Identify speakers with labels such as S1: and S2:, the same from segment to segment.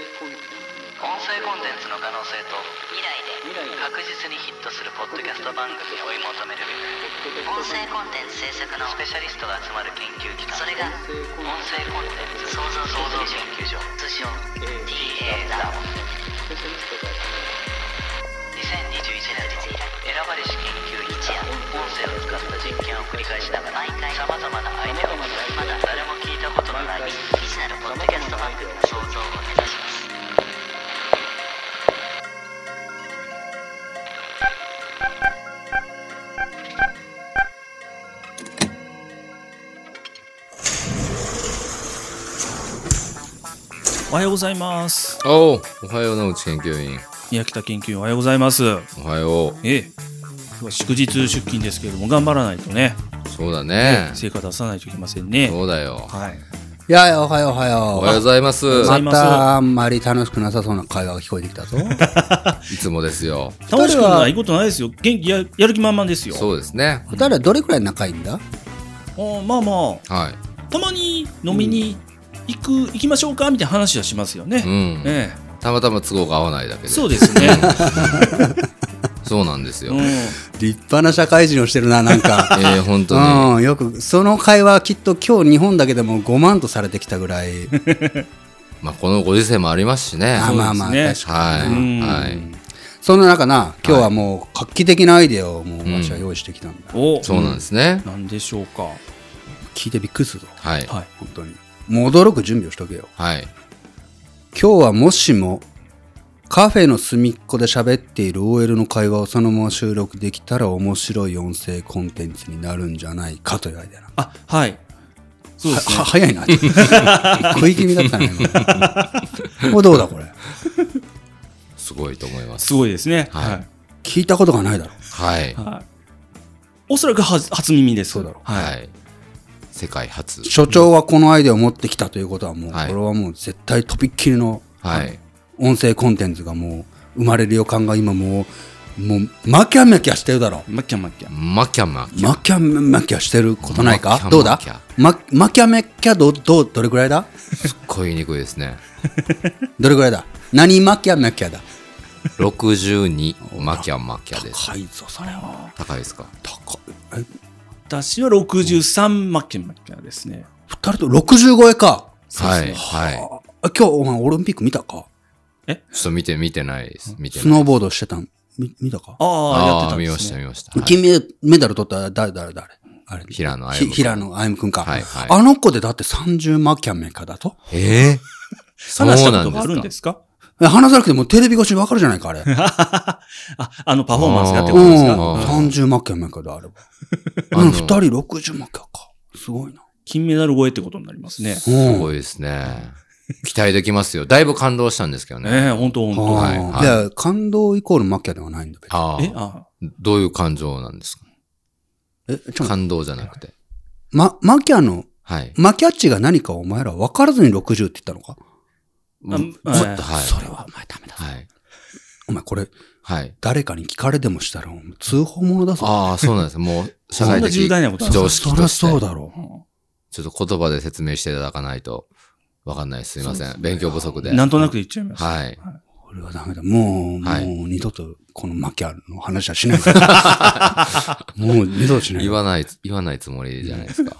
S1: 音声コンテンツの可能性と未来で確実にヒットするポッドキャスト番組を追い求める音声コンテンツ制作のスペシャリストが集まる研究機関それが音声コンテンツ創造創造研究所通称 TA ラボ2021年の選ばれし研究一夜音声を使った実験を繰り返しながら毎回さまざまなアイデアを出しまだ誰も聞いたことのない未知なるポッドキャスト番組の創造を目指します
S2: おはようございます。
S3: おうおはようのうち研究員
S2: 宮北研究員おはようございます。
S3: おはよ
S2: ええ、今日は祝日出勤ですけれども頑張らないとね、
S3: うそうだね
S2: 成果出さないといけませんね。
S3: そうだよ
S2: はい。
S4: いやいや、おはようおは
S3: おはようご
S4: よ
S3: ざいます
S4: う。
S2: ざいま
S4: ま
S2: す
S4: たあんまり楽しくなさそうな会話が聞こえてきたぞ。
S3: いつもですよ
S2: 楽しくないことないですよ。元気ややる気満々ですよ。
S3: そうですね
S4: 二人はどれくらい仲いいんだ
S2: あまあま
S3: は
S2: あたまに飲みに行く、行きましょうかみたいな話はしますよね。
S3: いうん
S2: え
S3: たまたま都合が合わないだけ
S2: え、
S3: で
S2: そうですね。
S3: そうなんですよ
S2: うん、
S4: 立派な社会人をしてるな、なん か。
S3: ええ本当に
S4: うん、よく、その会話はきっと今日日本だけでも5万とされてきたぐらい。
S3: まあこのご時世もありますしね
S4: あ
S3: は
S4: まあまあ、
S2: そうですね
S4: 確かに。
S2: うん
S3: いはい
S4: そんな中な、今日はもう画期的なアイデアをもうわしは用意してきたんだ。
S2: お、
S3: そうなんですね
S2: なんでしょうか。は
S4: 聞いてびっくりするぞ、
S3: はい
S2: い。
S4: 本当に。もう驚く準備をしとけよ。
S3: はい
S4: 今日はもしもカフェの隅っこで喋っている OL の会話をそのまま収録できたら面白い音声コンテンツになるんじゃないかというアイデアな。
S2: あ、はい。そうですね
S4: は。早いな。 食い気味だったね。 今これどうだこれ。
S3: すごいと思います
S2: すごいですね。
S3: はい
S2: はい。
S4: 聞いたことがないだろ。
S3: はい
S2: はい。おそらくは初耳です。
S4: そうだろ
S2: はい。
S3: はい世界初
S4: 所長はこのアイデアを持ってきたということはもう、
S3: はい
S4: これはもう絶対とびっきりの
S3: はい
S4: 音声コンテンツがもう生まれる予感が今もう、もう、マキャマキャしてるだろ。
S2: マッキャマッキャ。
S3: マキャマキ
S4: マキャマキャしてることない
S3: マ
S4: か
S3: キャ
S4: どうだ
S3: マキャ
S4: ママキャメキャどどどれくら いだ
S3: すっごい言いにくいですね
S4: どれくらいだ何マキャメキャだ
S3: 62マキャマキャです
S4: 高いぞそれは
S3: 高いですか
S4: 高いえ
S2: 私は63マッキャマッキャですね。
S4: 二人と60超えか
S3: はい、
S4: あ
S3: はい。
S4: 今日お前オリンピック見たか
S3: ちょっと見て、見てないです。見て
S4: ス
S3: ない。
S4: ノーボードしてたんみ見たか
S2: ああ、やってた
S3: ー
S2: ん
S3: 見
S2: で
S3: ますした、
S2: ね。
S3: 見ました。はい
S4: 金メメダル取った誰誰誰あれ
S3: 平野歩夢
S4: ひ
S3: 君
S4: 平野歩夢君か、
S3: はいはい
S4: あの子でだって30マキャメキャだと
S3: えー
S2: 話し
S3: そう
S2: たこ
S3: な
S2: とがあるん
S3: ん
S2: で
S3: です
S2: すか
S4: え話さなくてもテレビ越しに分かるじゃないかあれう
S2: あ、あのパフォーマンスがってこと
S4: ん
S2: ですか
S3: あー
S4: 30マキャメキャだあれば
S3: かあの
S4: 2人60マキャかすごいな
S2: 金メダル超えってことになりますね。
S4: うん
S3: すごいですね。期待できますよ。だいぶ感動したんですけどね。
S2: ねえ、ほんとほんと。
S3: はい
S4: あーじゃあ感動イコールマッキャではないんだけど。
S3: あ
S2: え、
S3: あ、
S2: あ
S3: どういう感情なんですか
S4: え、ちょっと待って、
S3: 感動じゃなくて。
S4: ま、マッキャの、
S3: はい。
S4: マキャッチが何かお前ら分からずに60って言ったのか
S3: も
S2: うん
S3: っと、はい。
S4: それはお前ダメだぞ。
S3: はい。
S4: お前これ、
S3: はい。
S4: 誰かに聞かれでもしたら通報者だぞ。
S3: ああ、そうなんです。もう、社
S2: そん
S3: 会
S2: な
S3: 的
S2: 重大なことなんです
S3: 常
S2: か
S3: 識
S4: そり
S3: と
S4: ゃ
S3: して。
S4: そうだろう。
S3: ちょっと言葉で説明していただかないと、わかんないです。すいません。勉強不足で。
S2: なんとなく言っちゃいます。
S3: はい。
S4: これはダメだ。もう、
S3: はい
S4: もう二度とこのマキャの話はしな いから。もう二度としない
S3: 言
S4: から。
S3: わない、言わないつもりじゃないですか。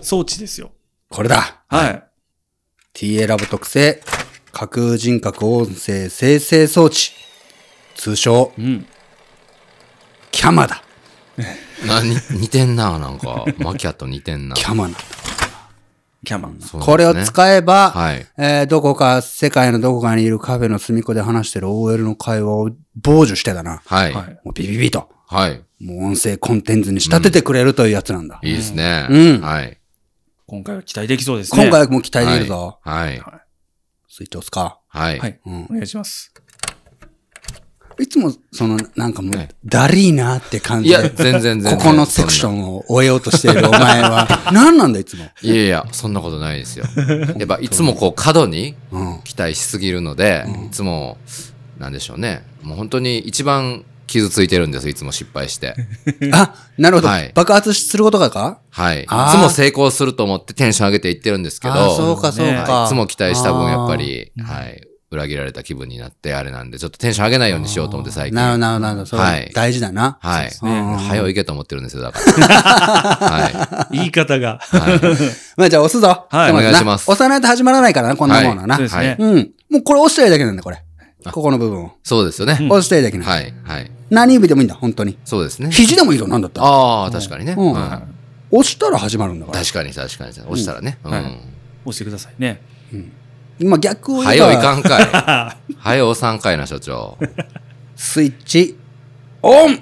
S2: 装置ですよ。
S4: これだ
S2: はい。
S4: !TA ラボ特製、架空人格音声生成装置。通称、
S2: うん。
S4: キャマだ。
S3: な、に似てんな、なんか。マキャと似てんな。
S4: キャマなんだ。
S2: キャマン。
S3: そう
S4: これ
S3: な
S4: を
S3: んですね
S4: 使えば、
S3: はい
S4: えーどこか、世界のどこかにいるカフェの隅っこで話してる OL の会話を傍受してだな。
S3: はい。
S2: はい。
S4: もうビビビと。
S3: はい。
S4: もう音声コンテンツに仕立ててくれるというやつなんだ。
S3: いいですね。
S4: うん
S3: はい。
S2: 今回は期待できそうですね。
S4: 今回も期待できるぞ。
S3: はい。
S4: スイッチ押すか。
S3: はい。
S2: はい。
S4: うん
S2: お願いします。
S4: いつも、その、なんかもう
S3: はい、
S4: だりーなって感
S3: い
S4: じ
S3: や、
S4: で、
S3: 全然全然。
S4: ここのセクショ
S3: ン。
S4: ンを終えようとしているお 前は、何なんだいつも。
S3: いやいや、そんなことないです よ。やっぱ、いつもこう、過度に
S4: うん。
S3: 期待しすぎるので、いつも、なんでしょうね。もう本当に一番傷ついてるんですいつも失敗 して。
S4: あ、なるほど。
S3: はい
S4: 爆発することがか
S3: はい。い
S4: あー
S3: つも成功すると思ってテンション上げていってるんですけど、
S4: あーそうか、そう
S2: ね
S4: か。
S3: いつも期待した分
S4: あー
S3: やっぱ。り、はい、裏切られた気分になってあれなんで、ちょっとテンション上げないようにしようと思って最近。
S4: なるほど、なるほどなるほど。それは
S3: はい
S4: 大事だな。
S3: はい。
S2: ね
S4: うん
S3: 早う行けと思ってるんですよ、だ から。は
S2: 言い方 が。
S3: い。はい。
S4: まあじゃあ押すぞ。
S2: はい
S4: ちょっと待ってな
S3: お願いします
S4: 押さないと始まらないからな、こんなものはな。
S2: そうです
S3: は
S2: ね
S3: い。
S4: うん。もうこれ押してりゃいいだけなんだ、これ。ここの部分を。
S3: そうですよね。
S4: 押してりゃいいだけなんだ。
S3: はい。はい。
S4: 何指でもいいんだ、本当に。
S3: そうですね。
S4: 肘でもいいぞ、なんだったら。
S3: ああ、確かにね。
S4: うん
S3: は
S4: 押したら始まるんだ
S3: い
S4: から。
S3: 確かに、確かに。押したらね。う
S2: はい
S3: ん。
S2: 押してくださいね。
S4: まあ逆を言え
S3: 早ういか
S4: ば、
S3: んか い。早う押さんかいな、所長。
S4: スイッチ、オン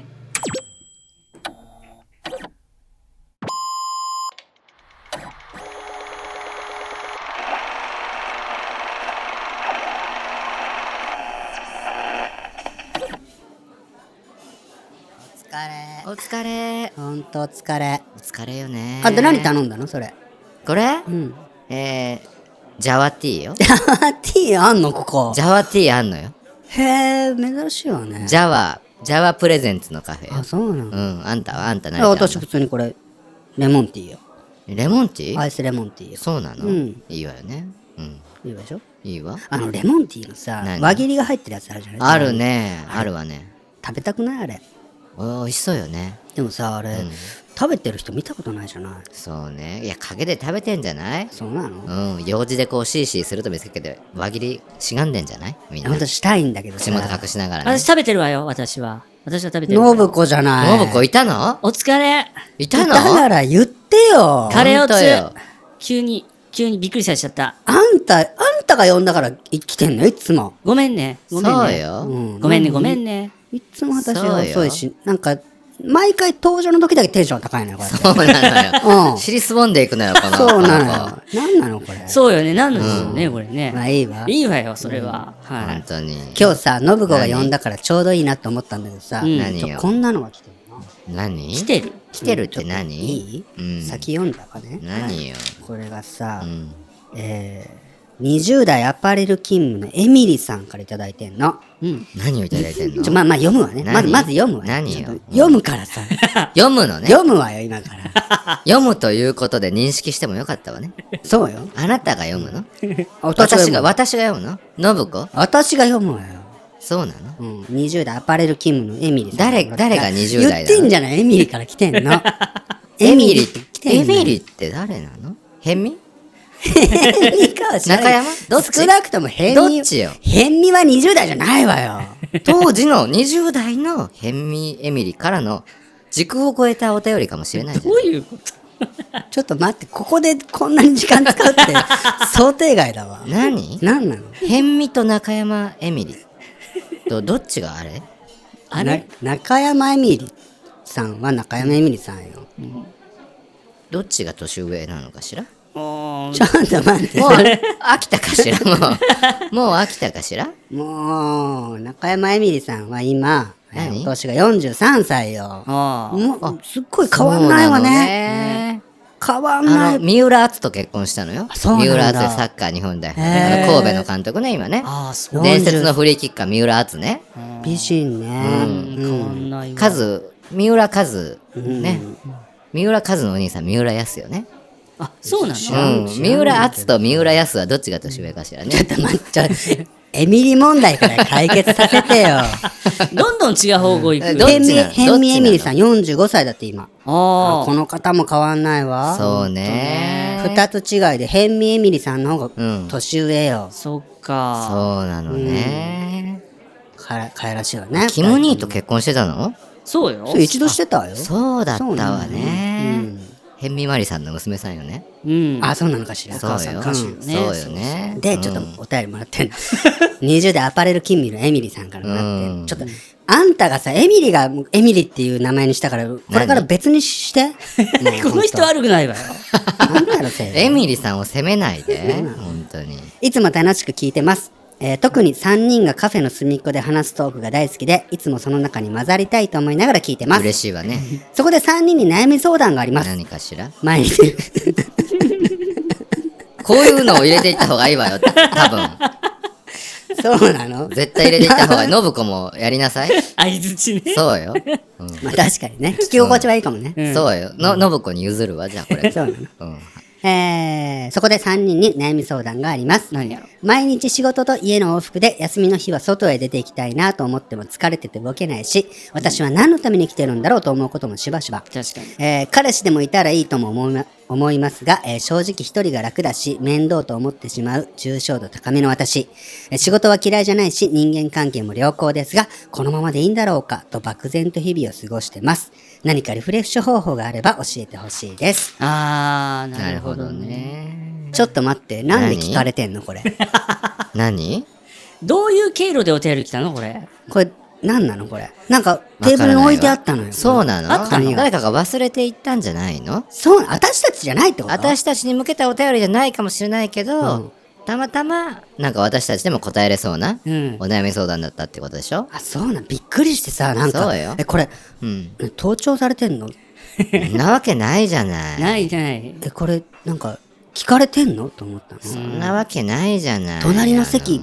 S5: お疲れ
S6: お疲れ。
S5: ほんとお疲れ
S6: お疲れよね。
S5: あんた何頼んだのそれ
S6: これ
S5: うん
S6: えー、ジャワ ティーよ。
S5: ジャワティーあんのここ
S6: ジャワティーあんのよ。
S5: へえ珍しいわね
S6: ジャワ、ジャワプレゼンツのカフェ
S5: あ
S6: よ。
S5: そうな
S6: う
S5: の
S6: ん、あんたはあんた何
S5: あ
S6: 頼んだ
S5: 私普通にこれレモンティーよ
S6: レモンティー
S5: アイスレモンティーよ
S6: そうなの、
S5: うん
S6: いいわよね。うん。
S5: いいでしょ
S6: いいわ。
S5: あのレモンティーのさ
S6: 何
S5: 輪切りが入ってるやつあるじゃない
S6: あるね。あるわね。
S5: 食べたくないあれ
S6: お美味しそうよね。
S5: でもさあれ、食べてる人見たことないじゃない
S6: そうね。いや、陰で食べてんじゃない
S5: そうなの、
S6: うん。用事でこう、シーシーすると見せかけて、輪切りしがんでんじゃないみんな
S5: ほん。としたいんだけどさ
S6: 口元隠しながらね。
S7: 私食べてるわよ、私は。私は食べてるわよ。
S5: 信子じゃない
S6: ノブ子いたの
S7: お疲れ。
S6: いたの
S5: だから言ってよ
S7: カレーを
S6: 本当よ
S7: つ。急に、急にびっくりさせちゃった。
S5: あんたあんたが呼んだからい来てんのいつも
S7: ごめんね。ごめん
S6: そう
S7: ね。
S6: よ。
S5: うん
S7: ごめんね、ごめんね。
S5: いつも私
S6: そう
S5: は
S6: よ
S5: 遅いし、なんか、毎回登場の時だけテンション高いのよ、これ。
S6: そうなの
S5: う
S6: よ。
S5: ん
S6: 尻すぼんでいくのよ、この。
S5: そうなの
S6: こ子
S5: よ。なんなの、これ。
S7: そうよね、なんなんでしょうね、これね。
S5: まあいいわ
S7: いいわよ、それは。は
S6: 本
S7: い。
S6: 当に。
S5: 今日さ、信子が呼んだからちょうどいいなと思ったんだけどさ、
S7: ん
S6: 何よ
S5: ちょこんなのが来てるな。
S6: 何
S7: 来てる。
S6: 来てるっ
S5: ちょ
S6: て
S5: と
S6: 何
S5: いい、
S6: うん
S5: 先読んだかね。
S6: 何よ。
S5: これがさ
S6: う、ん。
S5: えー、20代アパレル勤務のエミリさんからいただいてんの。
S6: 何をいただいてんの
S5: ちょ、まあまあ読むわね。
S6: 何
S5: まず、まず読むわ。
S6: 何よ
S5: ちゃんと読むから さ。
S6: 読むのね。
S5: 読むわよ、今から。
S6: 読むということで認識してもよかったわね。
S5: そうよ。
S6: あなたが読むの
S5: 私が
S6: 私が、
S5: 読むわ。
S6: 私が読むの信子
S5: 私が読むわよ。
S6: そうなの
S5: うん、20代アパレル勤務のエミリーさん
S6: 誰誰が20代
S5: 言
S6: なの
S5: ってんじゃないエミリーから来てんのエミリーって来てんの
S6: エミリ
S5: ー
S6: ーって誰なのヘミ
S5: かは知らない
S6: 中山どっち
S5: 少なくとも変
S6: ど
S5: 味
S6: っちよ
S5: 変味は20代じゃないわよ
S6: 当時の20代のヘミエミリからの時空を超えたお便りかもしれないじゃ
S7: ど
S6: ん
S7: ういうこと
S5: ちょっと待ってここでこんなに時間使うって想定外だわ
S6: 何
S5: 何なの
S6: 辺見と中山エミリとどっちがあれ
S7: あれ
S5: な中山エミリーさんは中山エミリーさんよ、
S6: どっちが年上なのかしら
S7: もう
S5: ちょっと待って
S6: もう飽きたか しらもうもう飽きたかしら
S5: もう中山エミリーさんは今えー
S6: 何
S5: お年が43歳よ
S7: あ
S5: もうすっごい変わんないわ
S6: そうなの
S5: ね
S6: ね
S5: 変わんな
S6: あの
S5: い
S6: 三浦篤と結婚したのよ
S5: そうなん
S6: 三
S5: だ
S6: 浦篤サッカー日本代表
S5: へ
S6: ね
S5: ー
S6: あの神戸の監督ね今ね
S7: ああ、そう。
S6: 伝説のフリーキッカー三浦篤ね
S5: 美人ね、
S7: 変わんないわ。
S6: カズ三浦カズね三浦カズのお兄さん三浦康よね
S7: あ、そうな
S6: う
S7: の
S6: ん三浦篤と三浦康はどっちが年上かしらね
S5: ちょっと待ってちょっとエミリ問題から解決させてよ
S7: どんどん違う方向行
S6: え
S7: く。
S6: どっ
S5: ヘン
S6: ち
S5: ミ
S6: なの
S5: ヘンミエミリ
S6: どっ
S5: さん45歳だって今あ
S7: あ
S5: この方も変わんないわ
S6: そうね
S5: 二つ違いでヘンミエミリさんの方
S6: う
S5: が
S6: ん
S5: 年上よ
S7: あ、、そっか。
S6: そうなのね。
S5: からかえらしいわね
S6: キム兄と結婚してたの
S7: そうよ
S5: そ。う一度してたよ
S6: そうだった
S5: そうな
S6: わ
S5: んだね
S6: ね。ヘンミマリさんの娘さんよね。
S7: うん。
S5: あそうなのかしら
S6: そうよ。
S5: うん
S6: うんそうよね。
S5: で、ちょっとお便りもらってんの。20代アパレル勤務のエミリーさんからもら
S6: う
S5: っ
S6: ん
S5: て、ちょっと、あんたがさ、エミリーがエミリーっていう名前にしたから、これから別に して。もう
S7: この人悪くないわよ。
S5: なんだろ、せい
S6: エミリさんを責めないで。本当に。
S5: いつも楽しく聞いてます。えー特に3人がカフェの隅っこで話すトークが大好きで、いつもその中に混ざりたいと思いながら聞いてます。
S6: 嬉しいわね。
S5: そこで3人に悩み相談があり ます。
S6: 何かしら。
S5: 毎日。
S6: こういうのを入れていった方がいいわよ。多分。
S5: そうなの
S6: 絶対入れていった方が、信子もやりなさい。
S7: 相づちね。
S6: そうよ。うん
S5: まあ確かにね。聞き心地はいいかもね。
S7: ん
S6: そうよ。の、信子に譲るわ、じゃあこれ。
S5: そうなの。
S6: うん。
S5: えー、そこで3人に悩み相談があります。
S7: 何やろ
S5: 毎日仕事と家の往復で休みの日は外へ出て行きたいなと思っても疲れてて動けないし、私は何のために生きてるんだろうと思うこともしばしば。
S7: 確かに。
S5: えー彼氏でもいたらいいとも思いま思いますが、えー正直一人が楽だし、面倒と思ってしまう重症度高めの私。えー仕事は嫌いじゃないし、人間関係も良好ですが、このままでいいんだろうかと漠然と日々を過ごしてます。何かリフレッシュ方法があれば教えてほしいです。
S7: あー、
S6: な
S7: な
S6: る
S7: る
S6: ほ
S7: ほ
S6: ど
S7: どね。
S6: ね。
S5: ちょっと待って、なんで聞かれてんのこれ。
S6: 何
S7: どういう経路でお便り来たのこれ。
S5: これ、なんなのこれ。なんか、テーブルに置いてあったのよ。
S6: そうな
S7: あ
S6: の
S7: った
S5: の
S6: 誰かが忘れていったんじゃないの
S5: そう、私たちじゃないってこと
S6: 私たちに向けたお便りじゃないかもしれないけど、たまたま、なんか私たちでも答えれそうな、
S7: うん
S6: お悩み相談だったってことでしょ
S5: あ、そうなんびっくりしてさ、なんか。
S6: そうよ
S5: え、これ、
S6: うん。
S5: え盗聴されてんの
S6: なわけないじゃない。
S7: ないない。
S5: え、これ、なんか、聞かれてんのと思ったの。
S6: そんなわけないじゃない。
S5: 隣の
S6: あ
S5: 席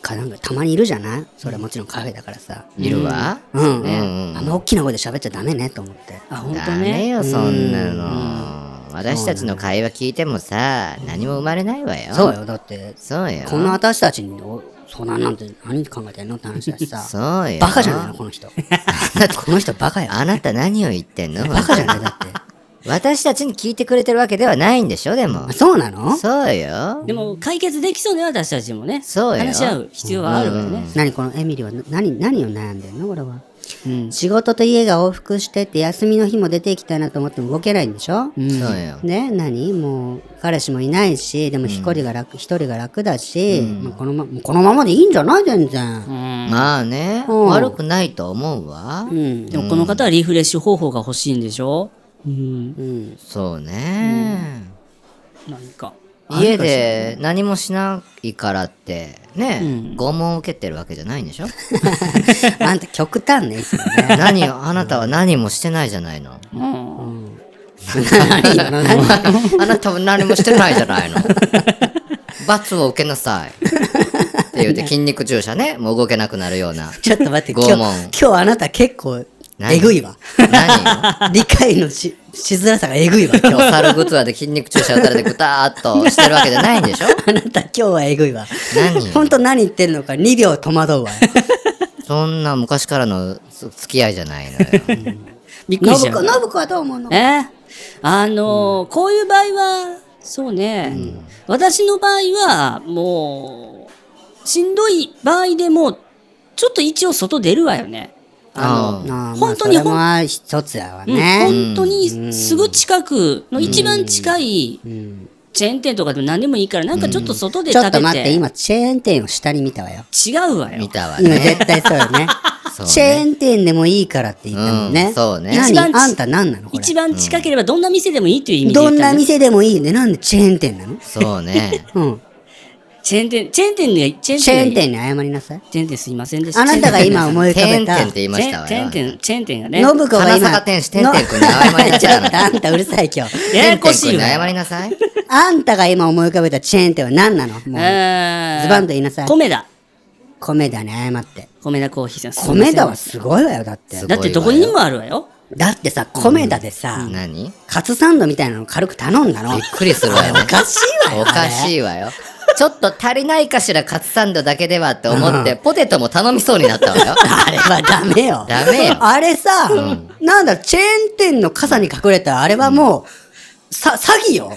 S5: かなんかたまにいるじゃないそれはもちろんカフェだからさ。
S6: の。いるわ、
S5: うん。
S6: ねうん
S5: あんま大きな声で喋っちゃダメねと思って。
S7: あ、ほんと
S6: ダメ
S7: ね。
S6: よ、そんなの。私たちの会話聞いてもさ、何も生まれないわよ。
S5: そう。よ、だって、
S6: そうよ。
S5: この私たちにお相談なんて何考えてんのって話だしさ。
S6: そうよ。
S5: バカじゃないのこの人。だってこの人バカや。
S6: あなた何を言ってんの
S5: バカじゃないだ って。
S6: 私たちに聞いてくれてるわけではないんでしょでも
S5: あ。そうなの
S6: そうよ。
S7: でも、解決できそうね、私たちもね。
S6: そうよ
S7: 話し合う必要はあるわよね。
S5: 何このエミリはな何何を悩んでんのこれは。
S7: うん。
S5: 仕事と家が往復してて休みの日も出て行きたいなと思っても動けないんでしょ、
S6: そうよ。
S5: ね何もう彼氏もいないしでも一人が楽、一人が楽だし、もうこのまもうこのままでいいんじゃない全然、
S6: まあね、
S5: うん
S6: 悪くないと思うわ。
S5: うん
S7: でも、この方はリフレッシュ方法が欲しいんでしょうん。
S5: うん、
S6: そうね。
S7: 何か。
S6: 家で何もしないからって、ね、拷問を受けてるわけじゃないんでしょ
S5: あんた極端ねいつもね
S6: 何を、あなたは何もしてないじゃないの。
S5: 何よ何
S6: あなたは何もしてないじゃないの。罰を受けなさい。って言うて筋肉注射ね、もう動けなくなるような。
S5: ちょっと待って今日
S6: 拷問
S5: 今日あなた結構
S6: 何
S5: えぐいわ
S6: 何を
S5: 理解のししづらさがえぐいわ今
S6: 今
S5: 日
S6: 日猿グツアで筋肉注射打たれてぐたーっとしてるわけじゃないんでしょ
S5: あなた今日はえぐいわ
S6: 何
S5: 本当何言ってるのか2秒戸惑うわ
S6: そんな昔からの付き合いじゃないのよ。
S7: びっくりし
S5: 信
S7: た
S5: 子
S7: よ。
S5: 信子はどう思うの
S7: えーあのーこういう場合は、そうね、私の場合は、もう、しんどい場合でも、ちょっと一応外出るわよね。
S6: あの
S5: ああ
S7: 本当に
S5: まあそれも一つやわ
S7: うん
S5: ね。
S7: 本当にすぐ近くの一番近い
S5: うん
S7: チェーン店とかでも何でもいいから、なんかちょっと外で
S5: ちょ
S7: 食
S5: っと
S7: べ
S5: 待って、
S7: て、
S5: 今、チェーン店を下に見たわよ。
S7: 違うわよ
S6: 見。たわ
S5: 今、
S6: ね。
S5: 絶対そうよね。
S6: そうね
S5: チェーン店でもいいからって言ったもん
S6: う
S5: ね。
S6: んそうね
S7: 一番
S5: 何
S7: ち
S5: あんた何なのこ
S7: 一
S5: れ。
S7: 番近ければどんな店でもいいという意味で
S5: ど
S7: 言っ
S5: ん
S7: た
S5: な
S7: の
S5: 店でもいいね。なんでチェーン店なの
S6: そうね。
S5: うん。
S7: チェーン店、チェーン店に、チェーン
S5: チェーン
S7: 店に、
S5: 店に謝りなさい。
S7: チェーン店すいませんでした。
S5: あなたが今思い浮か
S6: て
S5: べ
S6: ん
S5: た
S6: てんっ。て言いま
S7: チ
S6: し
S7: ェ
S6: た
S7: ーン
S6: わ
S7: チェーン
S6: よ。
S7: 店、チェーン店がね。
S5: 信子が
S6: 花
S5: 今。
S6: 坂天使てんてんくんに謝り な
S5: ち
S6: さ
S5: ょ
S6: い
S5: っとあんたうるさい今日。
S7: ややこ
S6: 天
S7: し
S6: 君
S7: い
S6: に
S7: わ。
S6: 謝りなさい。
S5: あんたが今思い浮かべたチェーン店は何なのもう、
S7: えー
S5: ズバンと言いなさい。
S7: 米だ。
S5: 米田に謝って。
S7: 米田コーヒーさん。すいま
S5: 米
S7: せん
S5: 田はすごいわよ、だって。
S7: だってどこにもあるわよ。
S5: だってさ、米田でさ、
S6: 何びっ
S5: カツサンドみたいなの軽く頼んだの。
S6: くりするわよね。
S5: おかしいわよ。
S6: おかしいわよ。ちょっと足りないかしらカツサンドだけではって思って、ポテトも頼みそうになったわよ。
S5: あれはダメよ。
S6: ダメよ
S5: あれさ、なんだ、チェーン店の傘に隠れたあれはもう、さ、詐欺よ。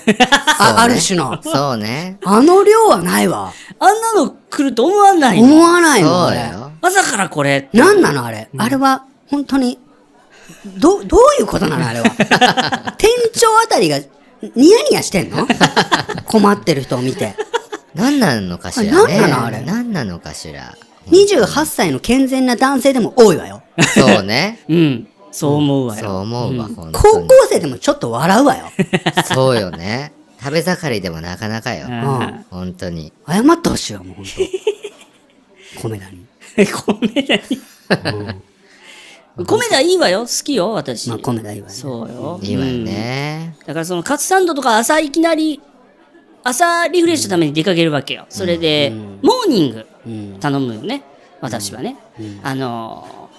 S5: あある種の。
S6: そうね。
S5: あの量はないわ。
S7: あんなの来ると思わない
S5: 思
S7: の。
S5: わないの、
S6: そ
S5: あ
S6: う
S5: れ。
S6: よ。
S7: 朝からこれ。
S5: なんなの、あれ。あれは、本当に、ど、どういうことなの、あれは。店長あたりが、ニヤニヤしてんの困ってる人を見て。
S6: 何なのかしらね。
S5: あ何なのあれ
S6: 何なのかしら。
S5: 28歳の健全な男性でも多いわよ。
S6: そう ね。
S7: うん。そう思うわ
S6: そう
S7: よ。
S6: 思うわ、本当
S5: 高
S6: に
S5: 校。生でもちょっと笑うわよ。
S6: そうよね。食べ盛りでもなかなかよ。
S5: うん
S6: 本当に。
S5: 謝ってほしいわ、もう本当。 米田に。
S7: 米田に。 米田いいわよ。好きよ、私
S5: まあ、。米田いいわね。
S7: そうよ。
S6: いいわよ
S7: うん。
S6: ね。
S7: だからそのカツサンドとか朝いきなり、朝リフレッシュのために出かけるわけよ。それで、モーニング。
S5: うん
S7: 頼むよね私はね、あの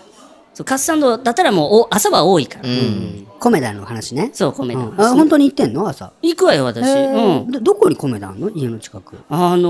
S7: そうカツサンドだったらもうお朝は多いから、
S6: うん。
S5: コメダの話ね。
S7: そう米田、
S5: うんあ本当に行ってんの朝。
S7: 行くわよ私、
S5: へー
S7: うん
S5: どどこにコメダあんの家の近く。
S7: あの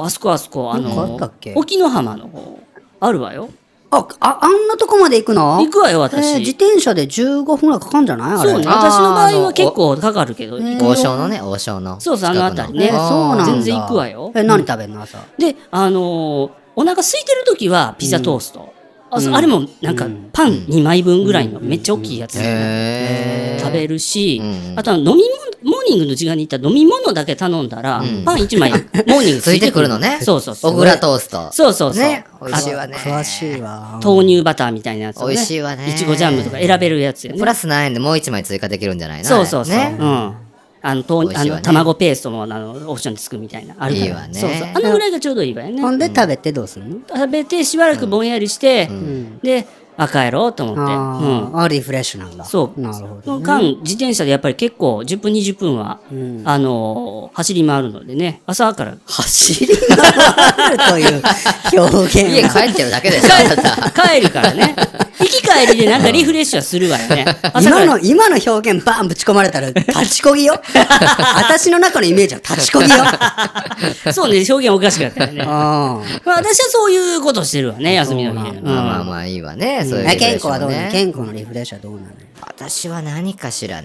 S7: ーあそこあそこあ
S5: なんかあ
S7: の
S5: ったっけ
S7: ー沖ノ浜の方あるわよ
S5: あ、ああんなとこまで行くの
S7: 行くわよ私、
S5: えー自転車で15分ぐらいかかんじゃないあれ。
S7: そうね
S6: あー
S7: 私の場合は結構かかるけど、行く
S6: 王将のね、王将の。
S7: そうそうあの辺りね
S5: えーそうなんだ。
S7: 全然行くわよ
S5: え、何食べんの朝。
S7: であのーお腹空いてる時はピザトースト、あそうあれもなんかパン2枚分ぐらいのめっちゃ大きいやつ、
S6: へー
S7: 食べるし、
S6: うん
S7: あとは飲み物モーニングの時間に行ったら飲み物だけ頼んだら、
S6: ん
S7: パン1枚モーニン グ
S6: ついてくるのね。
S7: そうそうそう
S6: 小倉トースト。
S7: そうそうそう、
S6: ね。美味しいわね。
S5: 詳しいわ。
S7: 豆乳バターみたいなやつをね
S6: 美味しいわね
S7: いちごジャムとか選べるやつよね
S6: プラス何円でもう一枚追加できるんじゃないの
S7: そうそうそう、
S6: ね
S7: う。んあの豆
S6: 美
S7: 乳
S6: 味
S7: あ
S6: しいわ
S7: の
S6: ね
S7: 卵ペーストもあのオプションにつくみたいなあるから
S6: いいわね
S7: そうそうあのぐらいがちょうどいいわよね、
S5: ほんで食べてどうすんの
S7: 食べてしばらくぼんやりして、であ帰ろうと思って、
S5: あ
S7: うん、
S5: ーあ、リフレッシュなんだ。
S7: そう
S5: なるほ
S7: そ
S5: ど
S7: の
S5: ね。
S7: 間自転車でやっぱり結構10分20分は、
S5: うん
S7: あのー走り回るのでね朝から
S5: 走り回るという表現
S6: 家
S5: が。
S6: 帰ってるだけでしょ、あなた。
S7: 帰るか らね行き帰りでなんかリフレッシュはするわよね朝か
S5: 今
S7: ら
S5: の、今の表現バンぶち込まれたら、立ちこぎよ。私の中のイメージは立ちこぎよ。
S7: そうね表現おかしかったよねまあ
S5: あ
S7: 私はそういうことしてるわね休みの日、
S5: そうなん
S6: まあま
S7: う
S6: あ
S7: ん
S6: まあいいわね。そういう
S5: あ。
S6: リフレ
S5: 健
S6: ッ
S5: 康
S6: シュ
S5: はど
S6: も
S5: うなの
S6: ね
S5: 健康のリフレッシュはどうなのこ
S6: 私は何かしら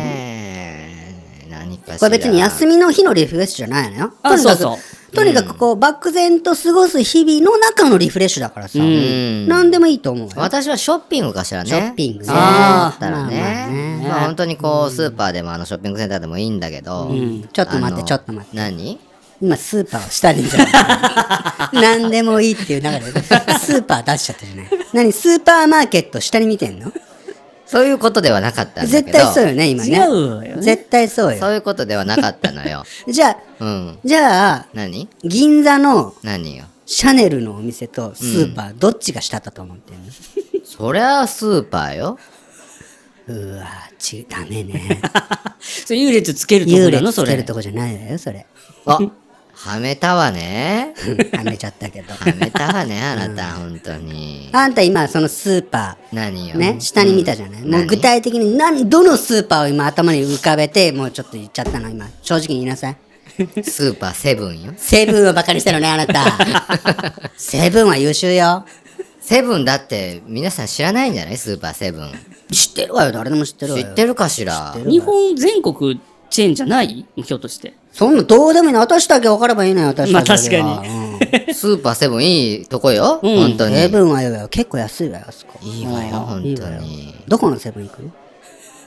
S6: ね。何かしら。
S5: れ別に休
S6: み。
S5: みの日のリフレッシュじゃないのよ。
S7: あ
S5: とにかく
S7: そう
S5: とにかくこう、漠然と過ごす日々の中のリフレッシュだからさ。
S6: ん
S5: 何でもいいと思うよ。
S6: 私はショッピングかしらね。
S5: ショッピングね
S6: そうだったら
S5: まあまあ
S6: ね。
S5: ね
S6: まあ本当にこう、スーパーでもあのショッピングセンターでもいいんだけど。
S5: ちょっと待って
S6: あの
S5: ちょっと待って
S6: 何
S5: 今、スーパーを下に見ちゃった。何でもいいっていう中で、スーパー出しちゃったじゃない。何、スーパーマーケット下に見てんの
S6: そういうことではなかったんだ
S5: 絶
S6: けど。
S5: 対そうよね、今ね。
S7: 違うよね
S5: 絶対そう
S6: そう
S5: よ。
S6: いうことではなかったのよ。
S5: じゃあ、
S6: うん。
S5: じゃあ、
S6: 何
S5: 銀座の
S6: 何よ。
S5: シャネルのお店とスーパー、どっちが下だと思ってんの、
S6: そりゃあスーパーよ。
S5: うわぁ、ち、ダメ ね。
S7: それ優劣つけるとこ
S5: 幽
S7: なの
S5: 霊
S7: そ
S5: つ
S7: れ
S5: けるとこじゃないわよ、それ。
S6: あ、はめた わね。
S5: うんはめちゃったけど。
S6: はめたわね、あなた、本当に。
S5: あんた今、そのスーパ
S6: 何
S5: ー、
S6: よ。
S5: ね、下に見たじゃない、
S6: うん
S5: もう
S6: 何
S5: 具体的に何、どのスーパーを今頭に浮かべて、もうちょっと言っちゃったの、今。正直に言いなさい。
S6: スーパーセブンよ。
S5: セブンをバカにしたのね、あな た。セブンは優秀よ。
S6: セブンだって、皆さん知らないんじゃないスーパーセブン。
S5: 知ってるわよ、誰でも知ってるわ
S6: 知
S5: よ。
S6: ってるかしら
S5: 知ってる
S7: 日本全国チェーンじゃないひょっとして
S5: そんなどうでもいいの私だけ分かればいいのよ私だけは
S7: まあ確か
S5: うん
S6: スーパーセブンいいとこよ。
S7: うん
S6: 本当に。
S5: セブンはよよ結構安いわよあそこ
S6: いいわ
S5: う
S6: よ、
S5: ん
S6: 本
S5: いい
S6: 当
S5: わよ
S6: に。
S5: どこのセブン行くの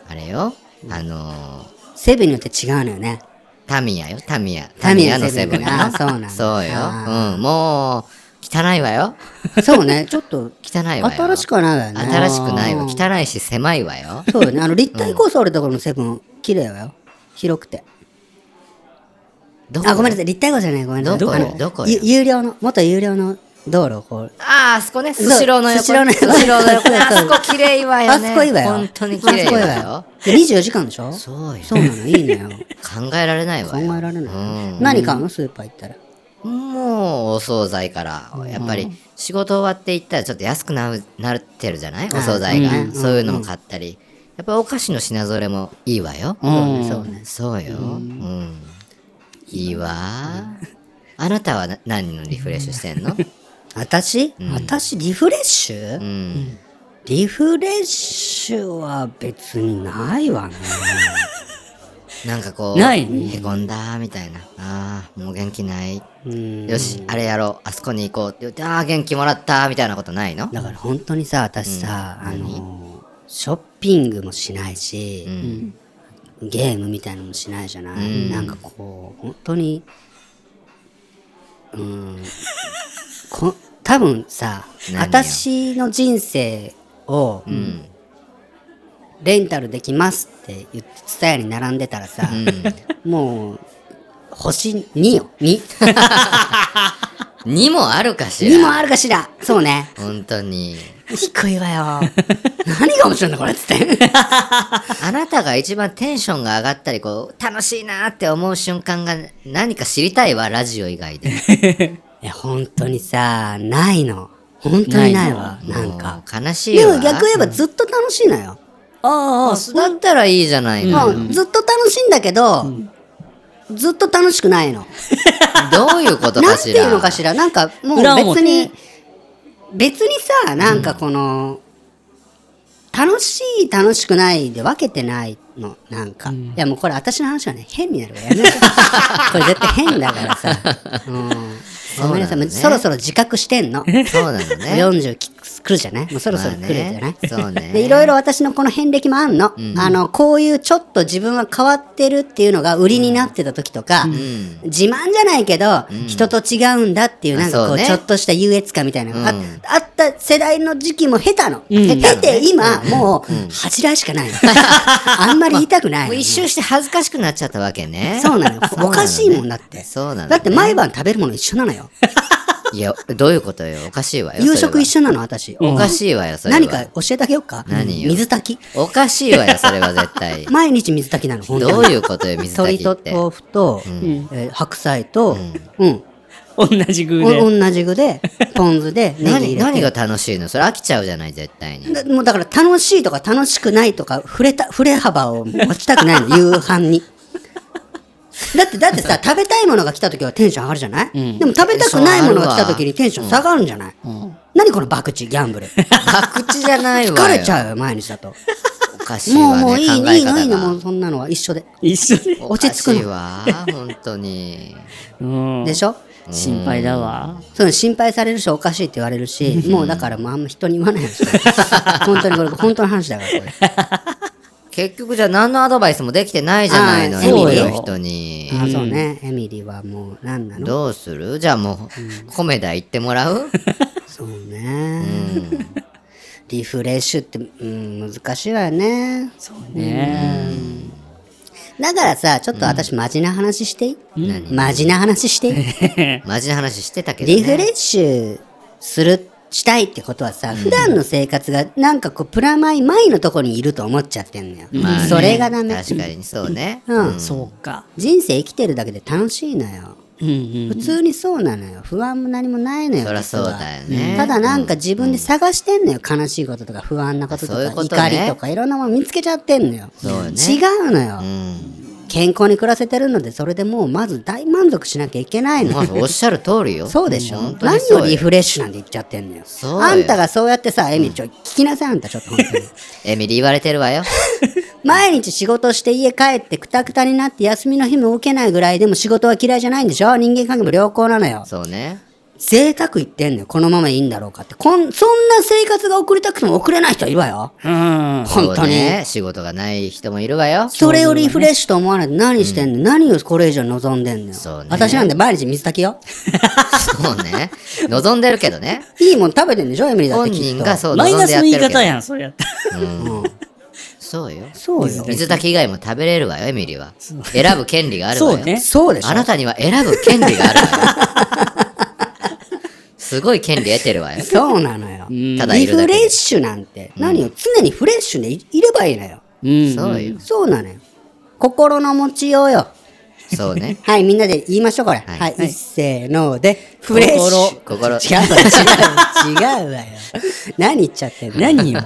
S6: あれよ。あのー、
S5: セブンによって違うのよね
S6: タミヤよ、タミヤ。
S5: タミヤ
S6: タのセブンよ
S5: セブンあそうなんだ
S6: そうよ。
S5: あ
S6: うん、もう、汚いわよ。
S5: そうねちょっと
S6: 汚いわよ。
S5: 新しくはないわよね
S6: 新しくないわ。
S5: うん
S6: 汚いし、狭い わよ。
S5: そうよねあの立体構想あるところのセブン綺麗わよ広くて
S6: どこ
S5: あごめんなさい立体構想じゃないごめんなさい
S6: どこよ
S5: あの
S6: どこよ
S5: ゆ有料の元有料の道路をこう
S6: あーあそこね、
S5: そう
S6: スシローの横。
S5: スシローの横
S6: スシローの 横あそこ綺麗いわよ
S5: あ
S6: ね。
S5: そこいいわよ
S6: 本当に綺麗
S5: あそこいい
S6: わ
S5: わ
S6: よ
S5: よ。で24時間でしょそ
S6: そうよ。
S5: うなのいいのよ
S6: 考えられないわ
S5: 考
S6: よ。
S5: えられない
S6: うん
S5: 何買うのスーパー行ったら
S6: もう、お惣菜から、やっぱり仕事終わっていったらちょっと安くなるなってるじゃないお惣菜
S7: う
S6: が。そういうのも買ったり。やっぱお菓子の品揃えもいいわよ。
S7: うん
S6: そうね。そうよ。うん。いいわ。あなたはな何のリフレッシュして んの
S5: 私、
S6: うん
S5: 私リフレッシュ、
S6: うん。
S5: リフレッシュは別にないわね。
S6: なんかこう、
S7: ない
S6: へこんだみたいな。ああ、もう元気ない。
S5: うん
S6: よし、あれやろう。あそこに行こうって言って、ああ、元気もらったみたいなことないの
S5: だから本当にさ、私さ、あの、ショッピングもしないし
S6: う、ん。
S5: ゲームみたいのもしないじゃない、
S6: うん
S5: なんかこう、本当に、うん、こ多分さ、
S6: 何よ
S5: 私の人生を、
S6: うん。
S5: レンタルできますって言って、ツタヤに並んでたらさ、
S6: う
S5: もう、星2よ。2。
S6: ん。にもあるかしら。
S5: 2もあるかしら。そうね。
S6: 本当に。
S5: 低いわ よ。何が面白いんだこれっつって。
S6: あなたが一番テンションが上がったり、こう、楽しいなって思う瞬間が何か知りたいわ、ラジオ以外で。
S5: いや、本当にさ、ないの。本当にないわ。 なんか。
S6: もう悲しい
S5: で
S6: わ
S5: も逆言えばずっと楽しいのよ。
S7: ああ、
S6: だったらいいじゃないの、
S5: もうずっと楽しいんだけど、ずっと楽しくないの。
S6: どういうこと
S5: な
S6: か
S5: んて
S6: しら
S5: いうのかしら、なんかもう
S7: 裏表
S5: 別に、別にさ、なんかこの、楽しい、楽しくないで分けてないの、なんか。いやもうこれ私の話はね、変になるからやめようこれ絶対変だからさ。うん。ごめんなさい、もうそろそろ自覚してんの。
S6: そうなのね
S5: 40き来るじゃないもうそろそろ来るじゃない、
S6: まあねそうね
S5: で、いろいろ私のこの遍歴もあんの。あの、こういうちょっと自分は変わってるっていうのが売りになってた時とか、自慢じゃないけど、人と違うんだっていう、なんか
S6: そ
S5: こ
S6: う
S5: う、
S6: ね
S5: ちょっとした優越感みたいなのがあ,、
S6: うん
S5: あった世代の時期も下手の。下手で今、もう、恥じらいしかないの。 あんまり言いたくないの
S6: もう一周して恥ずかしくなっちゃったわけね
S5: そうなのよ
S6: そうなのね
S5: おかしいもんだって。
S6: そうなのね
S5: だって毎晩食べるもの一緒なのよ。
S6: いやどういうことよおかしいわよ
S5: 夕食一
S6: 緒
S5: 緒なの、私。
S6: おかしいわよそれは
S5: 何か教えてあげようか
S6: 何よ
S5: 水炊き
S6: おかしいわよそれは絶 対
S5: 毎日水炊きなの本当に
S6: どういうことよ水
S5: 鶏
S6: 炊きっ
S5: と
S6: て
S5: 豆腐と、
S7: ん
S5: えー白菜と、うん
S7: 同じ具
S5: お
S7: で。
S5: 同じ具でポン酢でネギ入れ
S6: 何
S5: て
S6: 何が楽しいのそれ飽きちゃうじゃない絶対に
S5: だもうだから楽しいとか楽しくないとか触れた 触れ幅を持ちたくないの夕飯にだってだって さ食べたいものが来た時はテンション上がるじゃない、でも食べたくないものが来た時にテンション下がるんじゃない、何この博打ギャンブル
S6: 博打じゃないわ
S5: 疲
S6: よ
S5: れちゃうよ毎日だと
S6: おかしい
S5: も
S6: わ
S5: う
S6: ね
S5: もういい
S6: 考
S5: のい
S6: え
S5: い
S6: 方
S5: の
S6: が
S5: いいのもうそんなのは一緒で
S7: 一緒で。
S6: おかし
S5: 落
S6: い
S5: ち着く
S6: わ本当に
S7: うん。
S5: でしょ
S7: 心配だわ。
S5: そういうの心配されるしおかしいって言われるしもうだからもうあんま人に言わないようにしてる本当にこれ本当の話だからこれ
S6: 結局じゃあ何のアドバイスもできてないじゃないの
S5: あ
S7: ーそうよ
S6: の人に
S5: あそうねエミリーはもう何なの
S6: どうするじゃあもう、コメダ行ってもら う
S5: そうね、リフレッシュって、うん、難しいわよね
S7: そうね。
S5: だからさちょっと私マジな話していい、マジな話していい
S6: マジな話してたけど、ね。
S5: リフレッシュするしたいってことはさ普段の生活がなんかこうプラマイマイのとこにいると思っちゃってんのよ、
S6: まあね
S5: それがダメ
S6: 確かにそうね。
S5: うん、
S7: そうか。
S5: 人生生きてるだけで楽しいのよ
S7: うんう
S5: 普
S7: ん。
S5: 通にそうなのよ不安も何もないのよ
S6: そりゃそうだよね
S5: 実はただなんか自分で探してんのよ、悲しいこととか不安なこととか
S6: そういうことね
S5: 怒りとかいろんなもの見つけちゃってんのよ
S6: そうね
S5: 違うのよ、
S6: うん。
S5: 健康に暮らせてるのでそれでもうまず大満足しなきゃいけないの
S6: まあ、おっしゃる通りよ。
S5: そうでしょ
S6: 本当に
S5: 何
S6: そう
S5: を
S6: よ
S5: リフレッシュなんて言っちゃってんのよ
S6: そうよ
S5: あんたがそうやってさエミちょ聞きなさいあんたちょっと本当に
S6: エミリー言われてるわよ。
S5: 毎日仕事して家帰ってくたくたになって休みの日も受けないぐらいでも仕事は嫌いじゃないんでしょ人間関係も良好なのよ
S6: そうね。
S5: 贅沢言ってんのよ。このままいいんだろうかって。こん、そんな生活が送りたくても送れない人はいるわよ。
S7: う ん。
S5: 本
S6: そ
S5: 当
S6: う
S5: に。
S6: ね。仕事がない人もいるわよ。
S5: それをリフレッシュと思わないで何してんの、何をこれ以上望んでんのよ。
S6: そうね
S5: 私なんで毎日水炊きよ。
S6: そうね。望んでるけどね。
S5: いいもん食べてんで しょエミリーだっ
S6: 本
S5: てきっ
S6: 人
S5: と。
S6: がそう望
S7: マイ
S6: ん
S7: ナ
S6: で
S7: ス
S6: や
S7: の
S6: って
S7: 言
S6: る
S7: い
S6: けど。
S7: 方やん、それやったら。
S6: そうよ。
S5: そうよ。
S6: 水炊き以外も食べれるわよ、エミリーは。選ぶ権利があるわよ。
S7: そうね
S5: そうでしょ
S6: あなたには選ぶ権利があるわよ。 すごい権利得てるわよ。
S5: そうなのよ。
S6: ただい
S5: リ
S6: る
S5: フ
S6: だけで
S5: レッシュなんて、何を常にフレッシュでいいればいいのよ。
S7: うん。
S6: そうよ。
S5: そうなのよ。心の持ちようよ。
S6: そうね。
S5: はい、みんなで言いましょう、これ。はいい、い、っせーので、フレッシュ。
S6: 心
S5: 違うわ、違う、違うわよ。何言っちゃってんの
S7: 何よ。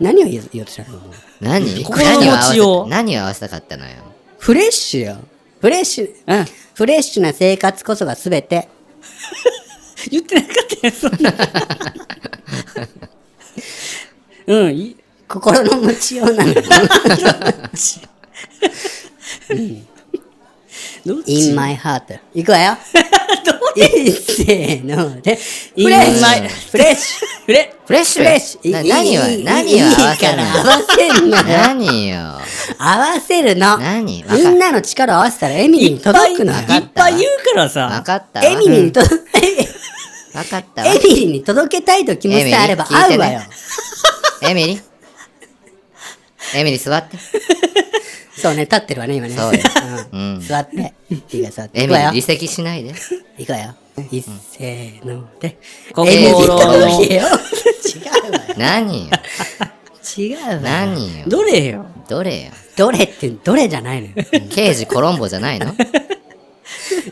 S5: 何を言おうとしたの
S6: 何
S7: 心持ちよう
S6: 何を合わせた何を合わせたかったのよ。
S5: フレッシュよ。フレッシュ、
S7: うん。
S5: フレッシュな生活こそが全て。
S7: 言ってなかったよ、そんな。 うん、いい。
S5: 心の持ちようなの。
S7: どっち
S5: in my heart. 行くわ よ。 いっせーので、フ
S7: In
S5: レッシ
S7: my-
S5: ュ。フレッシュ。
S7: フレ
S6: フレッシュ
S5: フレッシュ。
S6: ない
S5: い
S6: 何を
S5: いい、い
S6: 何を合わせ
S5: いい
S6: た
S5: か
S6: の
S5: ら合わせん なよ。
S6: 何よ。
S5: 合わせるの。
S6: 何わかっ
S5: みんなの力を合わせたらエミリーに届くのよ。
S7: いっぱい言うから
S6: わ
S7: さ。
S6: かったわ。
S5: エミリーに届、
S6: わかったわ
S5: エ。ミリーに届けたいと気持ちさえあれば合うわよ。
S6: エミリー。エミリー座って。
S5: そうね、立ってるわね、今ね。
S6: そうよ
S5: う
S6: うん
S5: ん座って。いいから座って。行く
S6: エミリ
S5: わ
S6: ー
S5: よ。
S6: 離席しないで。
S5: 行くわよ。いっせーので。
S7: 心の
S5: エミリー届けよう。
S6: 何よ。
S5: 違うわよ。違うわよ。
S6: 何よ。
S7: どれよ。
S6: どれよ。
S5: どれって、どれじゃないのよ。
S6: 刑事コロンボじゃないの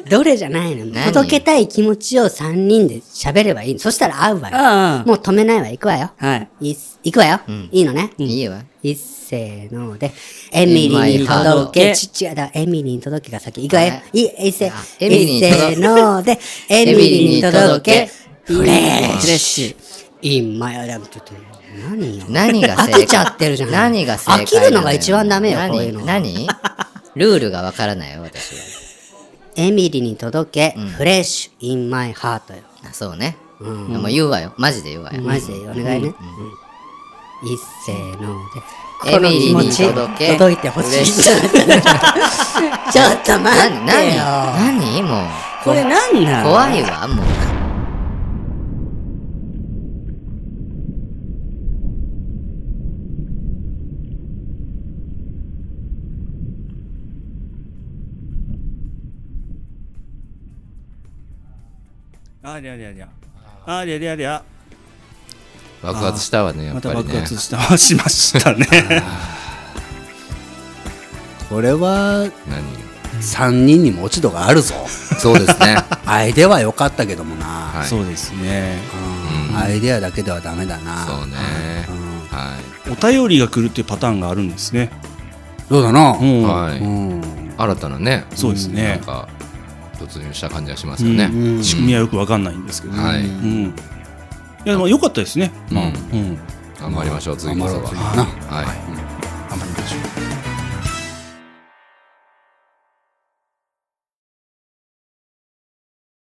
S5: どれじゃないの。
S6: 何
S5: 届けたい気持ちを3人で喋ればいいの。そしたら合うわよ。
S7: あ
S5: もう止めないわ。行くわよ。
S7: あ。はい。
S5: いっす行くわよ。いいのね。
S6: いいわ。
S5: いっせーので、エミリーに届
S7: エミリーに届け
S5: け、ちちやだ、エミリーに届けが先、いくわよ
S6: はい。
S5: い、いっせ
S6: あ、エミリー
S5: い
S6: に
S5: っ
S6: 届
S5: せーので、エミリーに届け、フレッ
S7: フレッ
S5: シ
S7: シ
S5: ュ。いい、まやだ、ちょっと、何よ。
S6: 何が
S5: 飽
S6: 正解
S5: きちゃってるじゃん。
S6: 何が正解
S5: 飽きるのが一番ダメよ、こういうの。
S6: 何何ルールがわからないよ、私は。
S5: エミリーに届け、フレッシュ、インマイハートよ。
S6: あそうね。もう言うわよ。マジで言うわよ。
S5: マジでお願いね。うんいっせーので、
S6: エミリーに
S5: この
S6: 届
S5: 気持
S6: け。
S5: ち届いてほしい。
S6: 嬉
S5: ちょっ
S6: い。
S5: と待
S6: 何
S5: ってよ。
S6: 何何もう。
S7: これなんなん
S6: 怖いわ、もう。
S2: ありゃりゃりゃ。ありゃりゃりゃ。
S3: 爆発したわね、や
S2: ま
S3: ったぱり
S2: 爆
S3: ね。
S2: 発した、 しましたね。
S4: これは
S3: 何
S4: 3人にも落ち度があ るぞ
S3: そうですね。
S4: アイデアは良かったけどもな、
S3: はい。
S2: そうですね。
S4: うんアイデアだけではダメだな
S3: そうね。
S4: うん
S3: は
S2: お便りが来るっていうパターンがあるんですね。
S4: そうだな、
S2: う
S3: い。
S2: ん。
S4: う
S3: はい。
S4: ん
S3: 新たなね。
S2: そうですね
S3: なんか突入した感じがしますよね。
S2: うん仕組みはよくわかんないんですけど、ね。
S3: は
S2: う
S3: い
S2: ん。いや、まあ、良かったですね。まあ、うん。
S3: 頑張りましょう。次こそは。
S4: 頑張ろう次はな
S3: はい。
S4: 頑張りましょう